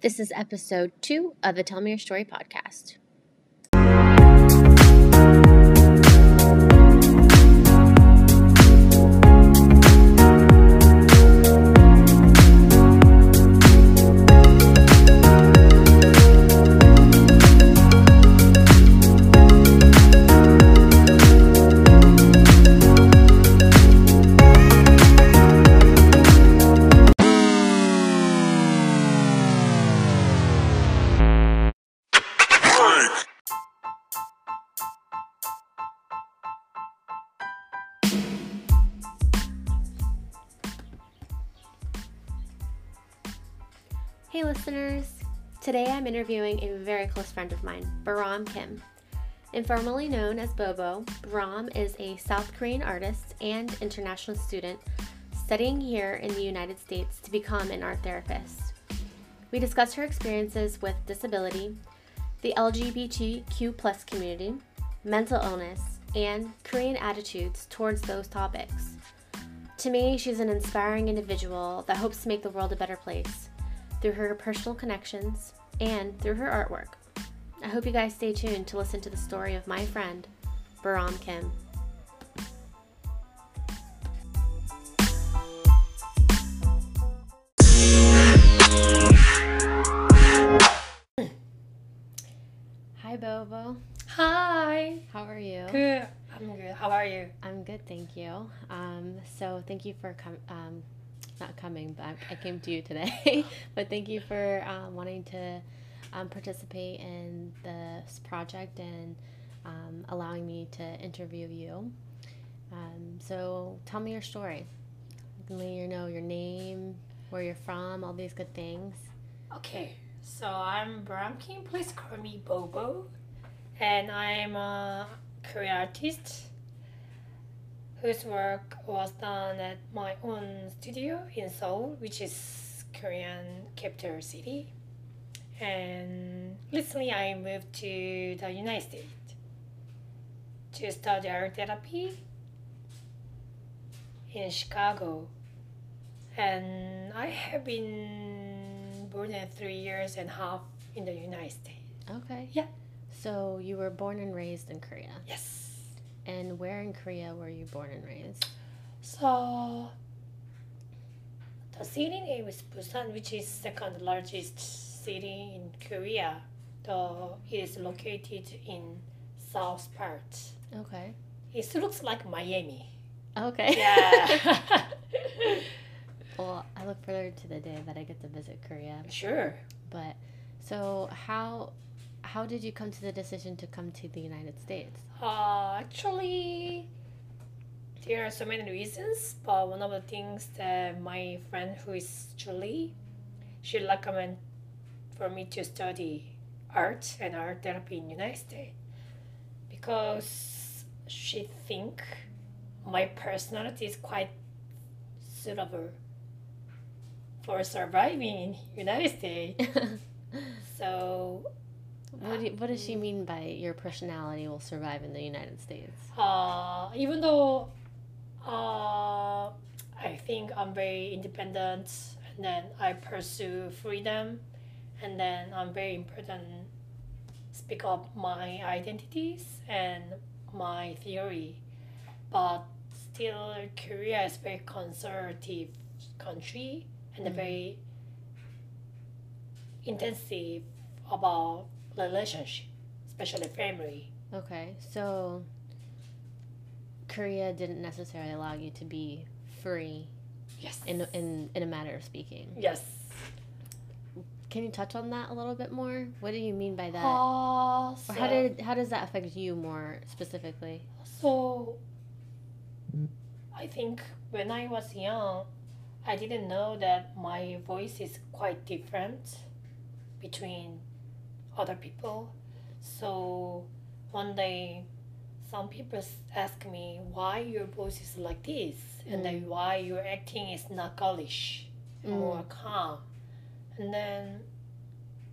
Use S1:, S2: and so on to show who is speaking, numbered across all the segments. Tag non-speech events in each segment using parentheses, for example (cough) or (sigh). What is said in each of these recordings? S1: This is episode two of the Tell Me Your Story podcast. Hey, listeners. Today I'm interviewing a very close friend of mine, Baram Kim. Informally known as Bobo, Baram is a South Korean artist and international student studying here in the United States to become an art therapist. We discuss her experiences with disability, the LGBTQ plus community, mental illness, and Korean attitudes towards those topics. To me, she's an inspiring individual that hopes to make the world a better place through her personal connections and through her artwork. I hope you guys stay tuned to listen to the story of my friend, Baram Kim. Hi, Bobo.
S2: Hi.
S1: How are you?
S2: Good. I'm good. How are you?
S1: I'm good, thank you. Um, so thank you for com- um, not coming, but I, I came to you today. (laughs) but thank you for um, wanting to um, participate in this project and um, allowing me to interview you. Um, so tell me your story. Let me you know your name, where you're from, all these good things.
S2: Okay. So I'm Bram King. Please call me Bobo. And I'm a Korean artist whose work was done at my own studio in Seoul, which is Korean capital city. And recently I moved to the United States to study art therapy in Chicago. and I have been more than three years and a half in the United States.
S1: Okay.
S2: Yeah.
S1: So you were born and raised in Korea.
S2: Yes.
S1: And where in Korea were you born and raised?
S2: So the city name is Busan, which is second largest city in Korea. The it is located in south part.
S1: Okay.
S2: It looks like Miami.
S1: Okay. (laughs)
S2: Yeah.
S1: well, I look forward to the day that I get to visit Korea.
S2: sure.
S1: But so how how did you come to the decision to come to the United States?
S2: Uh, actually, there are so many reasons, but one of the things that my friend who is Julie, she recommended for me to study art and art therapy in United States because she think my personality is quite suitable for surviving in United States. So
S1: (laughs) what do you, what does she mean by your personality will survive in the United States?
S2: uh, even though uh, I think I'm very independent and then I pursue freedom and then I'm very important speak up my identities and my theory but still Korea is very conservative country and
S1: Mhm.
S2: very intensive about relationship especially family
S1: Okay. So Korea didn't necessarily allow you to be free
S2: yes
S1: in in in a matter of speaking.
S2: yes
S1: Can you touch on that a little bit more? What do you mean by that?
S2: Uh,
S1: or
S2: so,
S1: how did how does that affect you more specifically?
S2: so I think when I was young, I didn't know that my voice is quite different between other people. So one day, some people s- ask me why your voice is like this, and then why your acting is not girlish.
S1: Mm.
S2: or calm. And then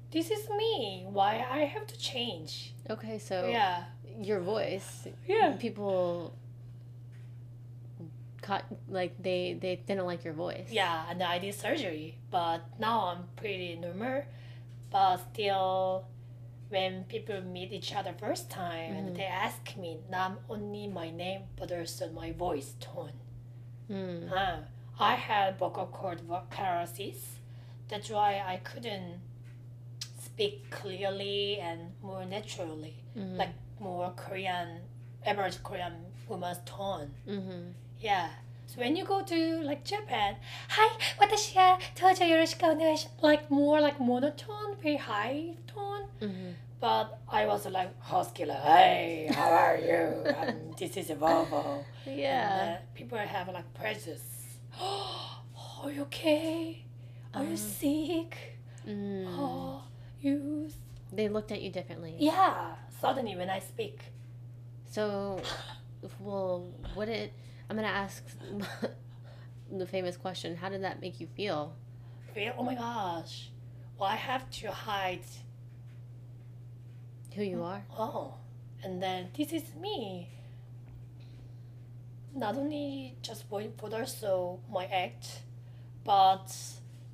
S2: this is me. Why I have to change?
S1: Okay, so
S2: Yeah.
S1: your voice
S2: Yeah.
S1: people caught like they they didn't like your voice
S2: Yeah, and I did surgery, but now I'm pretty normal. but still, when people meet each other first time
S1: Mhm.
S2: and they ask me not only my name but also my voice tone.
S1: Mm.
S2: Ah, I had vocal cord vo- paralysis. That's why I couldn't speak clearly and more naturally,
S1: Mhm.
S2: like more Korean, average Korean woman's tone.
S1: Mhm.
S2: Yeah. So when you go to like Japan, hi, watashi ga dojo yoroshiku onegaishimasu. Like more like monotone, very high tone.
S1: Mhm.
S2: But I was like husky, like hey, how are you?
S1: (laughs)
S2: um, this is Volvo.
S1: Yeah.
S2: And, uh, people have like presence. (gasps) are you okay? Are
S1: Uh-huh.
S2: you sick?
S1: Mm.
S2: Oh, you.
S1: They looked at you differently.
S2: Yeah. Suddenly when I speak,
S1: So, well, what it? I'm gonna ask (laughs) the famous question. How did that make you feel?
S2: feel oh my gosh, well I have to hide.
S1: Who you are?
S2: Oh, and then this is me. Not only just voice, but also my act, but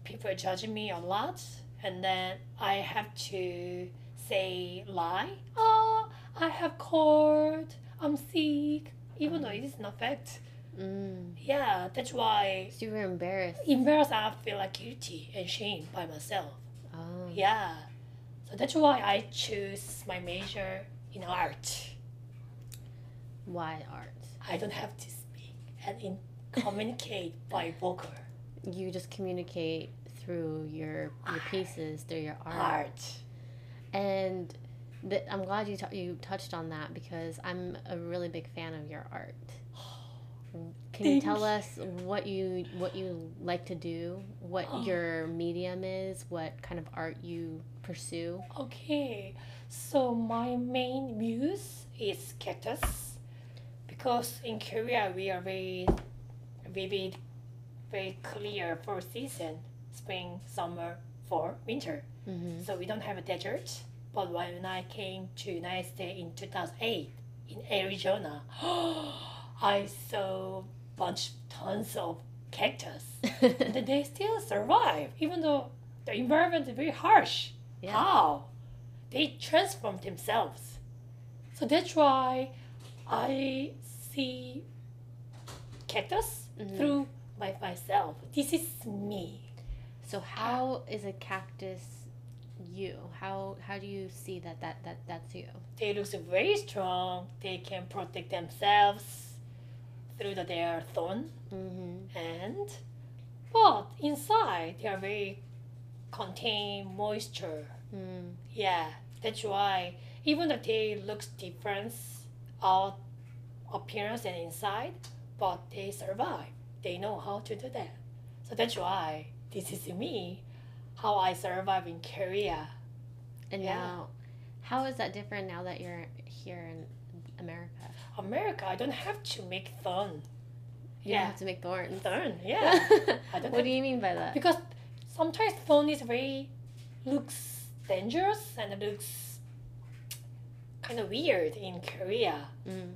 S2: people judge me a lot, and then I have to say lie. Oh, I have cold. I'm sick, even though it is not fact.
S1: Mm.
S2: Yeah, that's why
S1: So you were embarrassed.
S2: embarrassed. I feel like guilty and shame by myself.
S1: Oh.
S2: Yeah, so that's why I choose my major in art.
S1: Why art?
S2: I don't have to speak and in (laughs) communicate by vocal
S1: You just communicate through your your
S2: Art.
S1: pieces, through your art.
S2: art.
S1: And th- I'm glad you t- you touched on that because I'm a really big fan of your art. Can you
S2: Thank
S1: tell
S2: you.
S1: us what you what you like to do, what
S2: Oh.
S1: your medium is, what kind of art you pursue?
S2: Okay, so my main muse is cactus because in Korea we are very vivid, very clear four season: spring, summer, fall, winter.
S1: (laughs) Mm-hmm.
S2: So we don't have a desert. But when I came to United States in 2008 in Arizona, (gasps) I saw bunch tons of cactus. And they still survive, even though the environment is very harsh.
S1: Yeah.
S2: How? They transform themselves. So that's why I see cactus
S1: Mhm.
S2: through by myself. This is me.
S1: so how is a cactus you? How how do you see that that that that's you?
S2: they look very strong. They can protect themselves through the, their thorn
S1: Mm-hmm.
S2: and but inside they are very contain moisture.
S1: Mm.
S2: Yeah, that's why even though they looks different out appearance and inside, but they survive. They know how to do that. So that's why this is me, how I survive in Korea.
S1: And
S2: Yeah.
S1: now, how is that different now that you're here in America?
S2: America, I don't have to make thorn.
S1: You
S2: Yeah.
S1: don't have to make thorns.
S2: Thorn,
S1: (laughs)
S2: yeah. I don't
S1: what do you mean by
S2: (laughs)
S1: that?
S2: because sometimes phone is very looks dangerous and it looks kind of weird in Korea.
S1: Mm.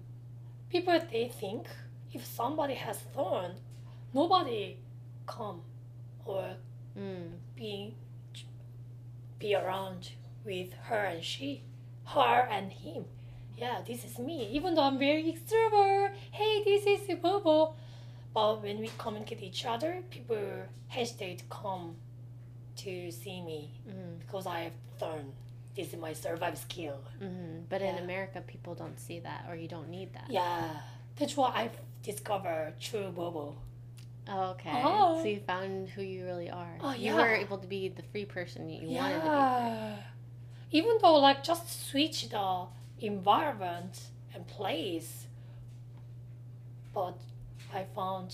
S2: People they think if somebody has phone, nobody come or
S1: Mm.
S2: be be around with her and she, her and him. Yeah, this is me. Even though I'm very extrovert, hey, this is Bobo. But when we communicate each other, people hesitate to come to see me
S1: Mm.
S2: because I have learned this is my survival skill.
S1: Mm. But in
S2: Yeah.
S1: America, people don't see that, or you don't need that.
S2: Yeah, that's why I've discovered true Bobo.
S1: Oh, okay.
S2: Oh.
S1: So you found who you really are.
S2: Oh,
S1: You were
S2: yeah.
S1: able to be the free person you
S2: yeah.
S1: wanted to
S2: Even though like just switch the environment and place, but I found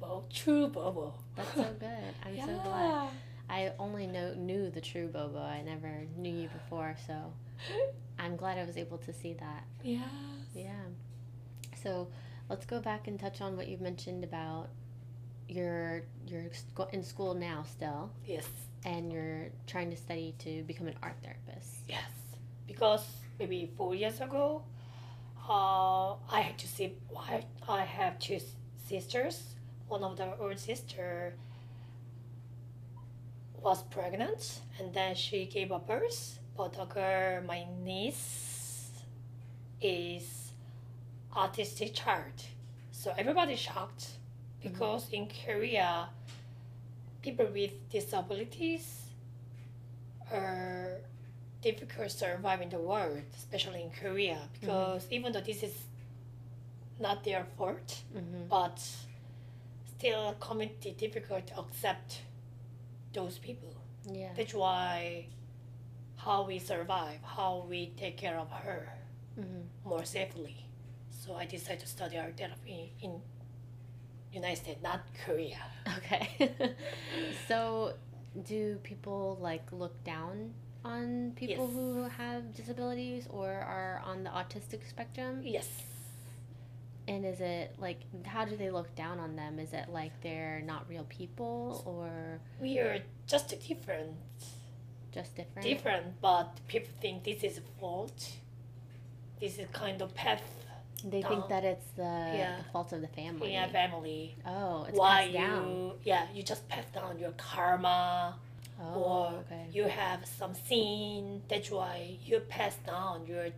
S2: well, true Bobo.
S1: be. That's
S2: (laughs)
S1: so good. I'm
S2: yeah.
S1: so glad.
S2: (laughs)
S1: I only know knew the true Bobo. I never knew you before, so I'm glad I was able to see that.
S2: Yes.
S1: Yeah. So let's go back and touch on what you mentioned about your you're sc- in school now still,
S2: Yes.
S1: and you're trying to study to become an art therapist.
S2: Yes. Because maybe four years ago, uh, I had to see. I, I have two s- sisters. One of the old sister was pregnant and then she gave a birth. But the girl, my niece, is autistic child. So everybody shocked because in Korea, people with disabilities are uh, difficult to survive in the world, especially in Korea, because even though this is not their fault,
S1: Mm-hmm.
S2: but still community difficult to accept those people.
S1: Yeah.
S2: That's why how we survive, how we take care of her
S1: Mm-hmm.
S2: more safely. So I decided to study art therapy in United States, not Korea.
S1: Okay. (laughs) so, do people like look down on people
S2: Yes.
S1: who have disabilities or are on the autistic spectrum?
S2: Yes.
S1: And is it like how do they look down on them? Is it like they're not real people or
S2: We are just different,
S1: just different?
S2: different, but people think this is fault. This is kind of path
S1: They think
S2: Down.
S1: that it's the,
S2: Oh. Yeah.
S1: the fault of the family.
S2: in a family.
S1: Oh, it's
S2: why
S1: passed down.
S2: you yeah you just pass down your karma
S1: Oh,
S2: or
S1: okay.
S2: you have some sin that's why you pass down your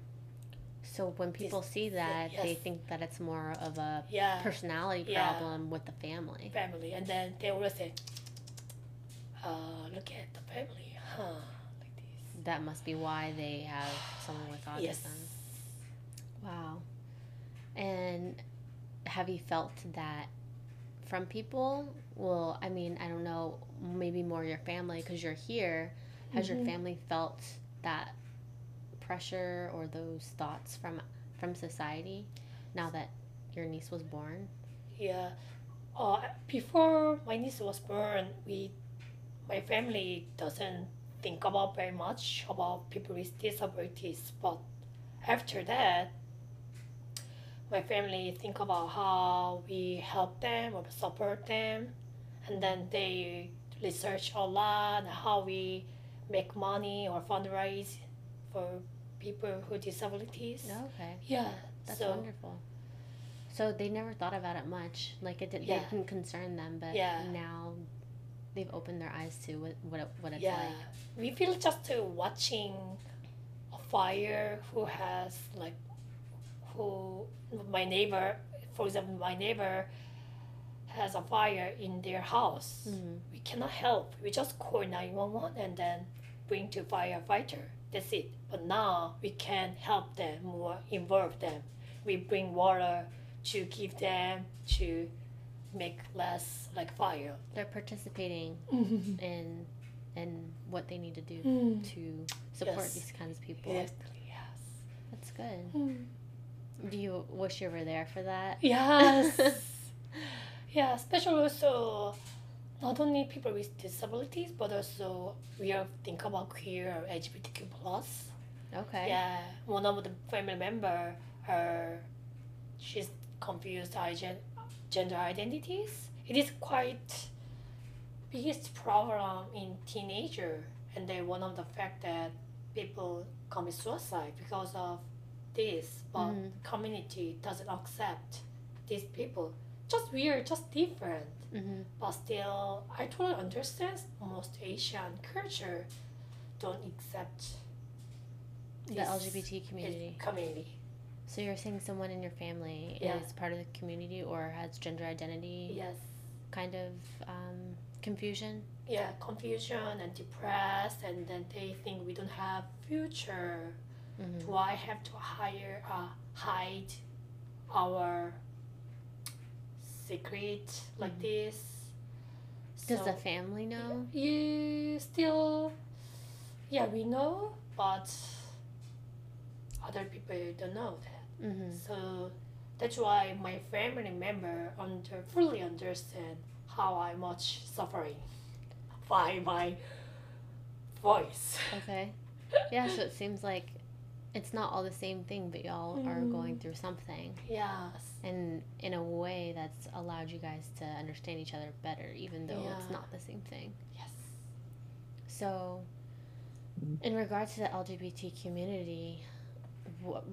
S1: So when people see that, they
S2: yes.
S1: think that it's more of a
S2: yeah
S1: personality
S2: Yeah.
S1: problem with the family.
S2: family and then they will say uh, look at the family huh like this
S1: That must be why they have someone with autism.
S2: yes
S1: Wow. And have you felt that from people? Well, I mean, I don't know, maybe more your family because you're here. Has your
S2: Mhm.
S1: family felt that pressure or those thoughts from from society now that your niece was born?
S2: yeah uh, before my niece was born we my family doesn't think about very much about people with disabilities but after that my family think about how we help them or support them and then they research a lot how we make money or fundraise for people with disabilities
S1: Okay.
S2: yeah
S1: That's
S2: so
S1: wonderful. So they never thought about it much. Like it didn't,
S2: Yeah.
S1: it didn't concern them, but
S2: Yeah.
S1: now they've opened their eyes to what what, it, what it's
S2: yeah
S1: like.
S2: we feel just uh, watching a fire who has like who my neighbor for example my neighbor has a fire in their house
S1: Mhm.
S2: we cannot help we just call 911 and then bring to firefighter that's it but now we can help them more involve them we bring water to give them to make less like fire
S1: They're participating in in what they need to do to support
S2: Mm-hmm. Yes.
S1: these kinds of people.
S2: Exactly, yes
S1: That's good. Do you wish you were there for that?
S2: Yes. yeah, especially also not only people with disabilities, but also we are think about queer or LGBTQ plus.
S1: (laughs) Okay.
S2: Yeah, one of the family member, her, she's confused ide- gender identities. It is quite biggest problem in teenager, and then one of the fact that people commit suicide because of this, but
S1: Mhm.
S2: community doesn't accept these people. Just weird, just different
S1: Mm-hmm.
S2: but still I totally understand most Asian culture don't accept
S1: The
S2: this
S1: LGBT community.
S2: community.
S1: So you're saying someone in your family
S2: Yeah.
S1: is part of the community or has gender identity
S2: Yes.
S1: kind of um, confusion?
S2: Yeah, confusion and depressed and then they think we don't have future.
S1: Mm-hmm.
S2: Do I have to hire uh, hide our secret like
S1: Mhm.
S2: this?
S1: Does
S2: So-
S1: the family know?
S2: you still yeah we know but other people don't know that
S1: Mm-hmm.
S2: so that's why my family member under fully understand how i much suffering by my voice
S1: Okay. Yeah, so it seems like it's not all the same thing, but y'all are going through something.
S2: yes
S1: And in a way that's allowed you guys to understand each other better, even though it's
S2: Yeah.
S1: not the same thing.
S2: yes
S1: So, in regards to the LGBT community, what,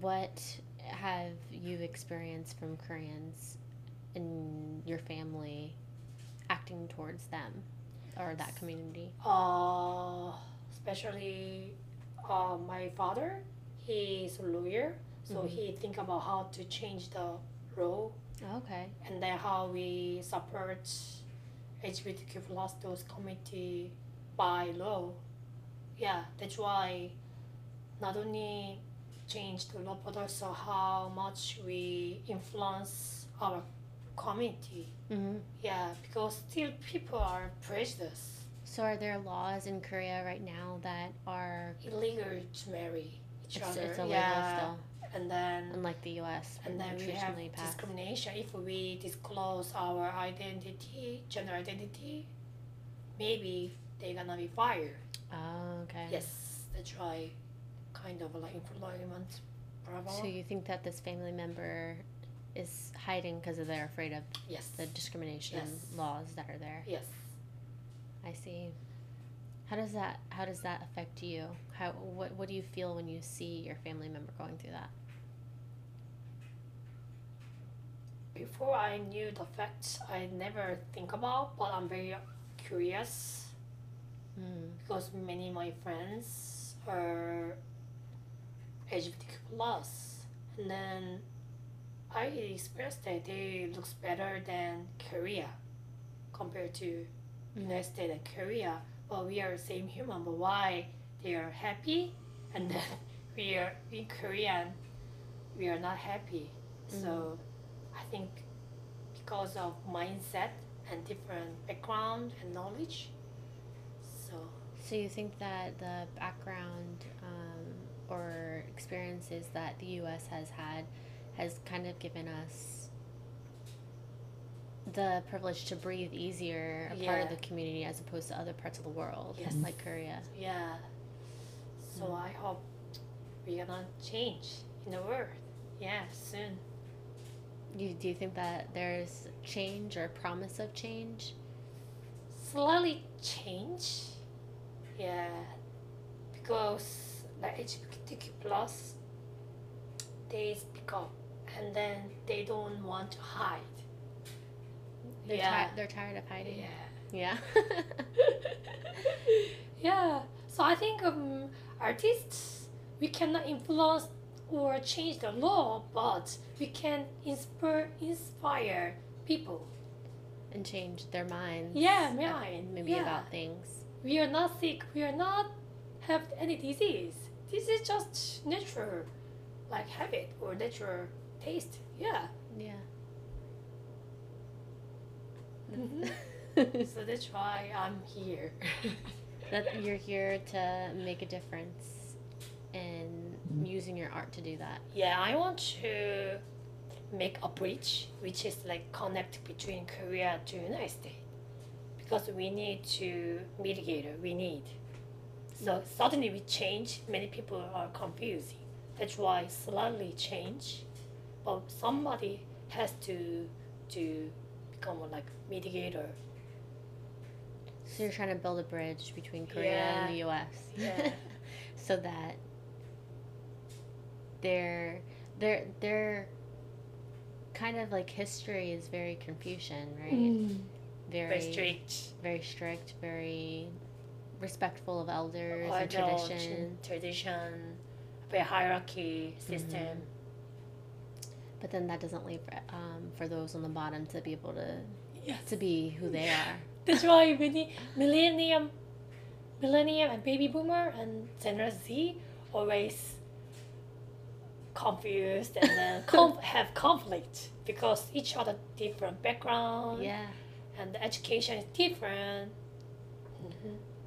S1: what have you experienced from Koreans in your family acting towards them? or that community?
S2: uh, especially uh, my father he's a lawyer so
S1: Mhm.
S2: he think about how to change the law
S1: Okay.
S2: and then how we support lgbtq plus those community by law yeah that's why not only change the law but also how much we influence our community
S1: hmm
S2: yeah because still people are prejudiced
S1: So, are there laws in Korea right now that are
S2: illegal to marry each
S1: it's,
S2: other.
S1: it's illegal
S2: yeah.
S1: still,
S2: And then
S1: unlike the U.S.
S2: and then we have
S1: traditionally passed?
S2: discrimination if we disclose our identity, gender identity, maybe they're gonna be fired.
S1: Oh, okay.
S2: Yes, that's why kind of like employment problem.
S1: So you think that this family member is hiding because they're afraid of
S2: yes.
S1: the discrimination
S2: Yes.
S1: laws that are there?
S2: yes.
S1: I see. How does that How does that affect you? How What What do you feel when you see your family member going through that?
S2: Before I knew the facts I never think about but I'm very curious
S1: Mm.
S2: because many of my friends are LGBTQ plus, and then I experienced that they looks better than Korea compared to United States and Korea. But we are same human, but why they are happy, and then (laughs) we are in Korean, we are not happy. So I think because of mindset and different background and knowledge, so.
S1: So you think that the background um, or experiences that the U.S. has had has kind of given us the privilege to breathe easier a part of
S2: Yeah.
S1: the community as opposed to other parts of the world,
S2: Yes.
S1: like Korea.
S2: Yeah. So I hope we're gonna change in the world. Yeah, soon.
S1: You do you think that there's change or promise of change?
S2: Slowly change. Yeah. Because like LGBTQ plus they speak up and then they don't want to hide.
S1: They're
S2: yeah.
S1: ti- they're tired of hiding.
S2: yeah. (laughs)
S1: Yeah.
S2: yeah. So I think um, artists we cannot influence or change the law, but we can inspire inspire people.
S1: and change their minds.
S2: Yeah,
S1: ab-
S2: mind,
S1: Maybe
S2: yeah.
S1: about things.
S2: We are not sick. We are not have any disease. This is just natural, like habit or natural taste. Yeah. (laughs)
S1: Yeah. (laughs)
S2: Mhm.
S1: Mm-hmm.
S2: (laughs) so that's why I'm here. (laughs)
S1: that you're here to make a difference and using your art to do that.
S2: Yeah, I want to make a bridge, which is like connect between Korea to United States, because we need to mitigate. it, We need. So suddenly we change. Many people are confusing. That's why slowly change, but somebody has to to become like mediator.
S1: So you're trying to build a bridge between Korea and the US.
S2: (laughs) Yeah.
S1: (laughs) so that their their their kind of like history is very Confucian, right? Very
S2: Mm-hmm. Very strict.
S1: very strict, very respectful of elders and
S2: Adult
S1: tradition.
S2: tradition, very hierarchy system.
S1: Mm-hmm. But then that doesn't leave um, for those on the bottom to be able to
S2: Yes.
S1: to be who they are.
S2: That's why many millennium, millennium and baby boomer and Generation Z always confused and
S1: (laughs)
S2: then conf- have conflict because each other different background
S1: Yeah,
S2: and the education is different.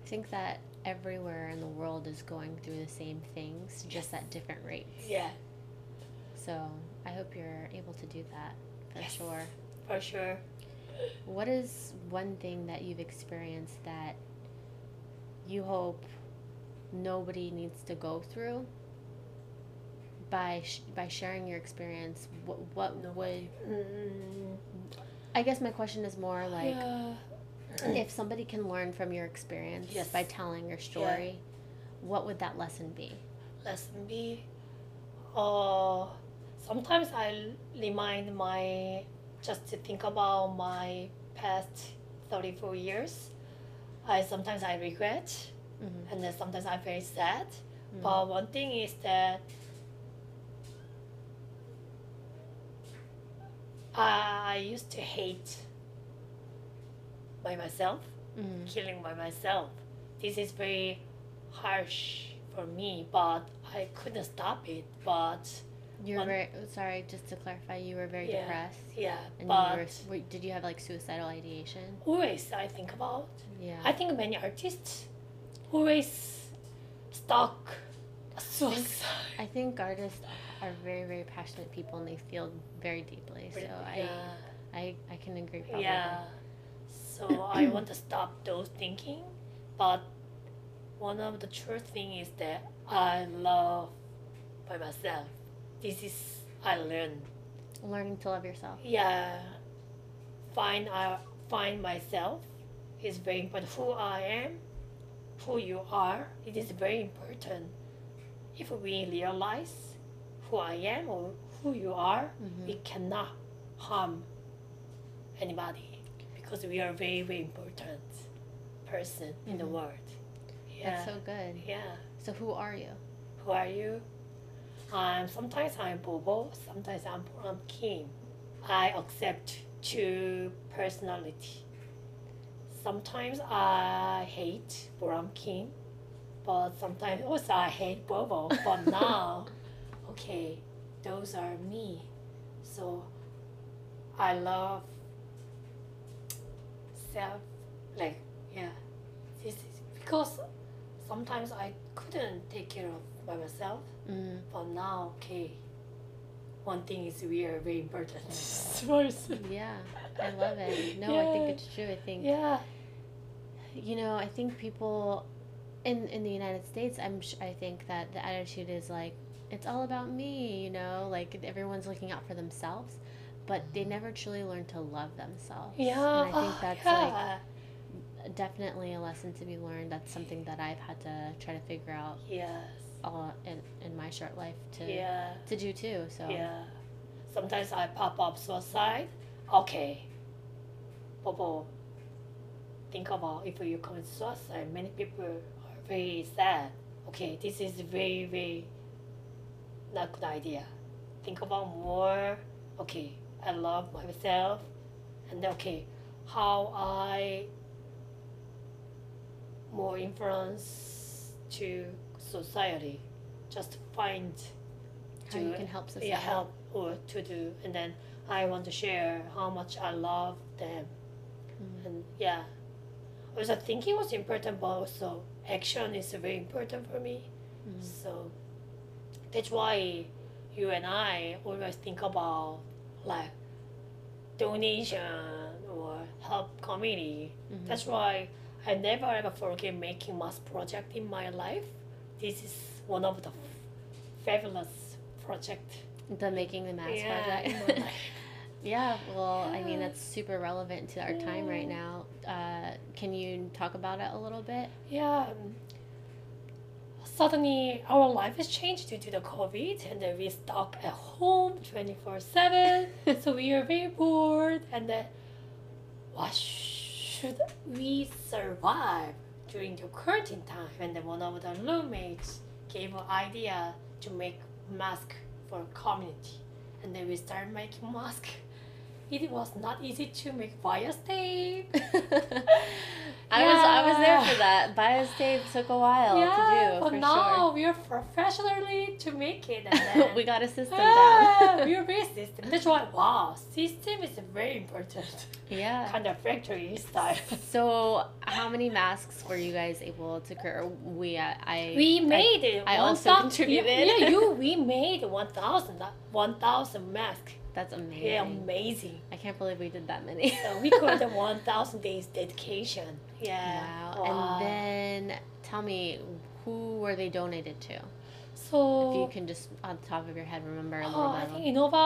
S1: I think that everywhere in the world is going through the same things, just at different rates.
S2: Yeah,
S1: So I hope you're able to do that for
S2: Yes.
S1: sure.
S2: for sure.
S1: What is one thing that you've experienced that you hope nobody needs to go through? By sh- by sharing your experience, what what would
S2: Mm,
S1: I guess my question is more Mm-hmm. like
S2: (clears throat) yeah.
S1: if somebody can learn from your experience
S2: Yes.
S1: by telling your story, what would that lesson be?
S2: lesson B. Uh, sometimes I remind my just to think about my past 34 years. I sometimes I regret,
S1: Mhm.
S2: and then sometimes I very sad.
S1: Mhm.
S2: But one thing is that I used to hate by myself,
S1: Mhm.
S2: killing by myself. This is very harsh for me, but I couldn't stop it. But
S1: You were
S2: one-
S1: very oh, sorry. Just to clarify, you were very
S2: Yeah.
S1: depressed,
S2: yeah,
S1: and you were.
S2: but
S1: s- wait, Did you have like suicidal ideation?
S2: always I think about.
S1: Yeah.
S2: I think many artists always stuck suicide.
S1: I think artists are very, very passionate people, and they feel very deeply. So I,
S2: yeah.
S1: I, I can agree. Probably.
S2: Yeah. So
S1: (coughs)
S2: I want to stop those thinking, but one of the true thing is that I love by myself. This is I learn.
S1: Learning to love yourself.
S2: Yeah. Find I find myself is very important. Who I am, who you are, it is very important. If we realize who I am or who you are,
S1: Mhm.
S2: we cannot harm anybody because we are very very important person in the
S1: Mhm.
S2: world yeah
S1: That's so good.
S2: yeah
S1: So who are you?
S2: who are you um sometimes i'm bobo sometimes i'm i'm king i accept two personality sometimes i hate Buram Kim, but sometimes also I hate Bobo. But now, okay, those are me. So I love self, like yeah. This is because sometimes I couldn't take care of by myself.
S1: Mm.
S2: But now, okay. One thing is we are very important (laughs) person.
S1: Yeah, I love it. No, I think
S2: Yeah.
S1: it's true. I think
S2: Yeah.
S1: you know. I think people in in the United States, I'm. Sh- I think that the attitude is like it's all about me. You know, like everyone's looking out for themselves, but they never truly learn to love themselves.
S2: Yeah.
S1: and I think
S2: (sighs) oh, (laughs)
S1: that's like
S2: yeah.
S1: definitely a lesson to be learned. That's something that I've had to try to figure out
S2: yes.
S1: all in, in my short life to
S2: Yeah.
S1: to do too. So
S2: Yeah. Sometimes I pop up suicide. Okay. Bobo, think about if you commit suicide, many people are very sad. Okay, this is very, very not good idea. Think about more. Okay, I love myself. And okay, how I more influence to society. Just find
S1: how you can help society.
S2: yeah, help or to do and then I want to share how much I love them
S1: Mhm.
S2: and yeah also thinking was important but also action is very important for me
S1: Mhm.
S2: so that's why you and I always think about like donation or help community
S1: Mhm.
S2: that's why I never ever forget making mass project in my life this is one of the fabulous project
S1: Mm-hmm. the making the mass
S2: in
S1: project.
S2: my life.
S1: yeah, well, I mean
S2: Yeah.
S1: that's super relevant to our time right
S2: Yeah.
S1: now. Uh, can you talk about it a little bit? (laughs)
S2: yeah. um, Suddenly, our life has changed due to the COVID, and then we stuck at home twenty four seven. So we are very bored, and then what should we survive during the quarantine time? And then one of the roommates gave an idea to make mask for community, and then we started making mask. It was not easy to make bias tape.
S1: I was I was there
S2: Yeah.
S1: for that. Bios tape took a while to do
S2: but
S1: for
S2: now we are professionally to make it. And
S1: sure.
S2: (laughs)
S1: (laughs)
S2: then,
S1: we got a system
S2: yeah,
S1: down.
S2: we are very system. That's why, wow, system is very important.
S1: (laughs) yeah.
S2: kind of factory
S1: (laughs)
S2: style.
S1: So, how many masks were you guys able to create? Or We, uh, I,
S2: We
S1: I-
S2: made it.
S1: I
S2: 1,000
S1: also contributed. (laughs)
S2: Yeah, you. We made 1,000 1,000 masks.
S1: that's amazing.
S2: Yeah, amazing.
S1: I can't believe we did that many.
S2: So we
S1: (laughs)
S2: call it 1,000 days dedication. Yeah.
S1: Wow.
S2: Wow.
S1: And then tell me, who were they donated to?
S2: So
S1: If you can just, on the top of your head, remember a little
S2: Oh,
S1: bit.
S2: I
S1: of
S2: think Innova,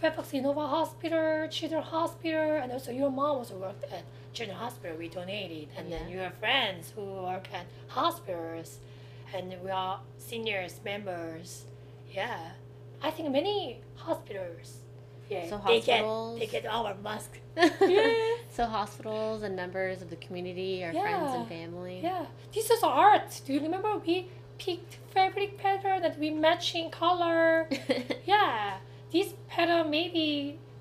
S2: Fairfax Innova Hospital, Children's Hospital, and also your mom also worked at Children's Hospital. We donated, and then your friends who work at hospitals, and we are seniors members. Yeah, I think many hospitals Yeah.
S1: So
S3: They get
S1: hospitals.
S3: they get our mask.
S1: (laughs)
S2: yeah.
S1: so hospitals and members of the community, our friends and
S2: Yeah.
S1: family.
S2: Yeah. This is art. Do you remember we picked fabric pattern that we matching color? Yeah. This pattern maybe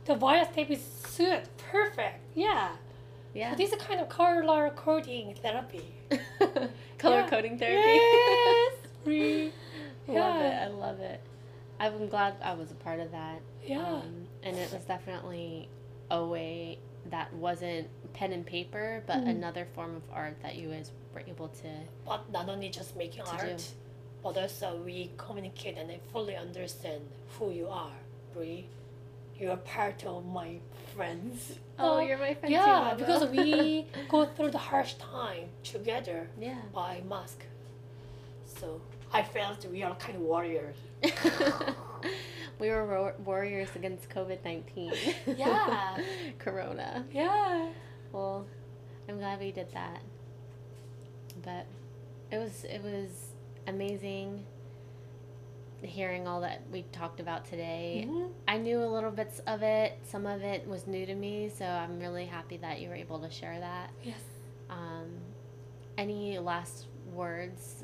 S2: the wire tape is suit perfect. Yeah.
S1: (laughs) yeah.
S2: This is kind of color coding therapy.
S1: (laughs) Color
S2: Yeah.
S1: coding therapy.
S2: (laughs) Yes. Re-
S1: (laughs) love it.
S2: Yeah.
S1: I love it. I'm glad I was a part of that.
S2: yeah.
S3: Mm.
S1: Um, and it was definitely a way that wasn't pen and paper, but
S2: Mm.
S1: another form of art that you guys were able to.
S3: But not only just making
S1: To
S3: art,
S1: do.
S3: but also we communicate and I fully understand who you are, Bree. You are part of my friends.
S2: Oh,
S1: you're my friend
S2: yeah, because we go through the harsh time
S3: Together
S1: (laughs)
S2: (laughs)
S1: yeah. (laughs)
S3: by mask. So I felt we are kind of warriors. (laughs)
S1: we were ro- warriors against COVID (laughs) 19.
S2: Yeah.
S1: (laughs) Corona.
S2: Yeah.
S1: Well, I'm glad we did that. But it was it was amazing hearing all that we talked about today.
S2: Mhm.
S1: I knew a little bits of it. Some of it was new to me, so I'm really happy that you were able to share that.
S2: Yes.
S1: Um, any last words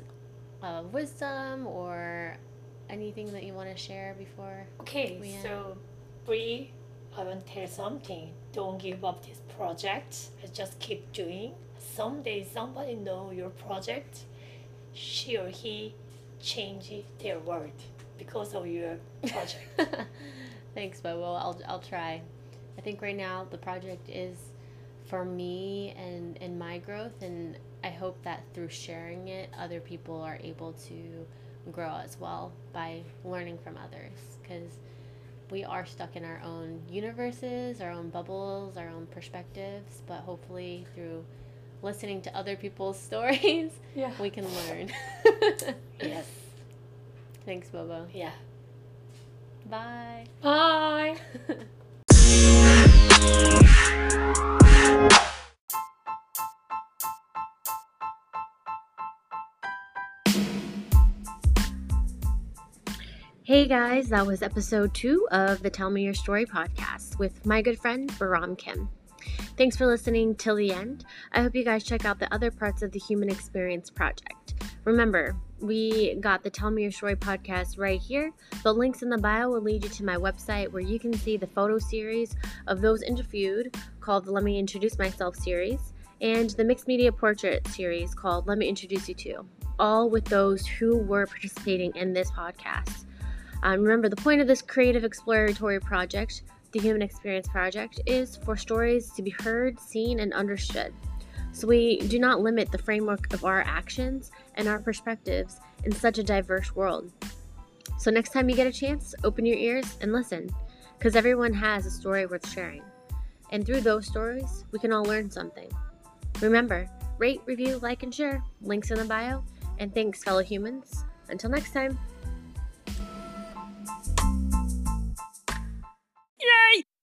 S1: of wisdom or anything that you want to share before?
S3: Okay,
S1: We are-
S3: so Bree, I want to tell something. Don't give up this project. Just keep doing. Someday somebody know your project. She or he change their world because of your
S2: (laughs)
S3: project.
S1: (laughs) Thanks, Bobo. I'll, I'll try. I think right now the project is for me and, and my growth, and I hope that through sharing it, other people are able to grow as well by learning from others because we are stuck in our own universes, our own bubbles, our own perspectives, but hopefully through listening to other people's (laughs) stories,
S2: Yeah.
S1: we can learn. (laughs)
S3: yes.
S1: Thanks, Bobo.
S3: Yeah.
S1: Bye.
S3: (laughs)
S2: Bye.
S1: Hey guys, that was episode two of the Tell Me Your Story podcast with my good friend Baram Kim. Thanks for listening till the end. I hope you guys check out the other parts of the Human Experience Project. Remember, we got the Tell Me Your Story podcast right here. The links in the bio will lead you to my website where you can see the photo series of those interviewed called the Let Me Introduce Myself series and the mixed media portrait series called Let Me Introduce You To, all with those who were participating in this podcast. Um, remember, the point of this creative exploratory project, the Human Experience Project, is for stories to be heard, seen, and understood. So we do not limit the framework of our actions and our perspectives in such a diverse world. So next time you get a chance, open your ears and listen, because everyone has a story worth sharing. And through those stories, we can all learn something. Remember, rate, review, like, and share. Links in the bio. And thanks, fellow humans. Until next time.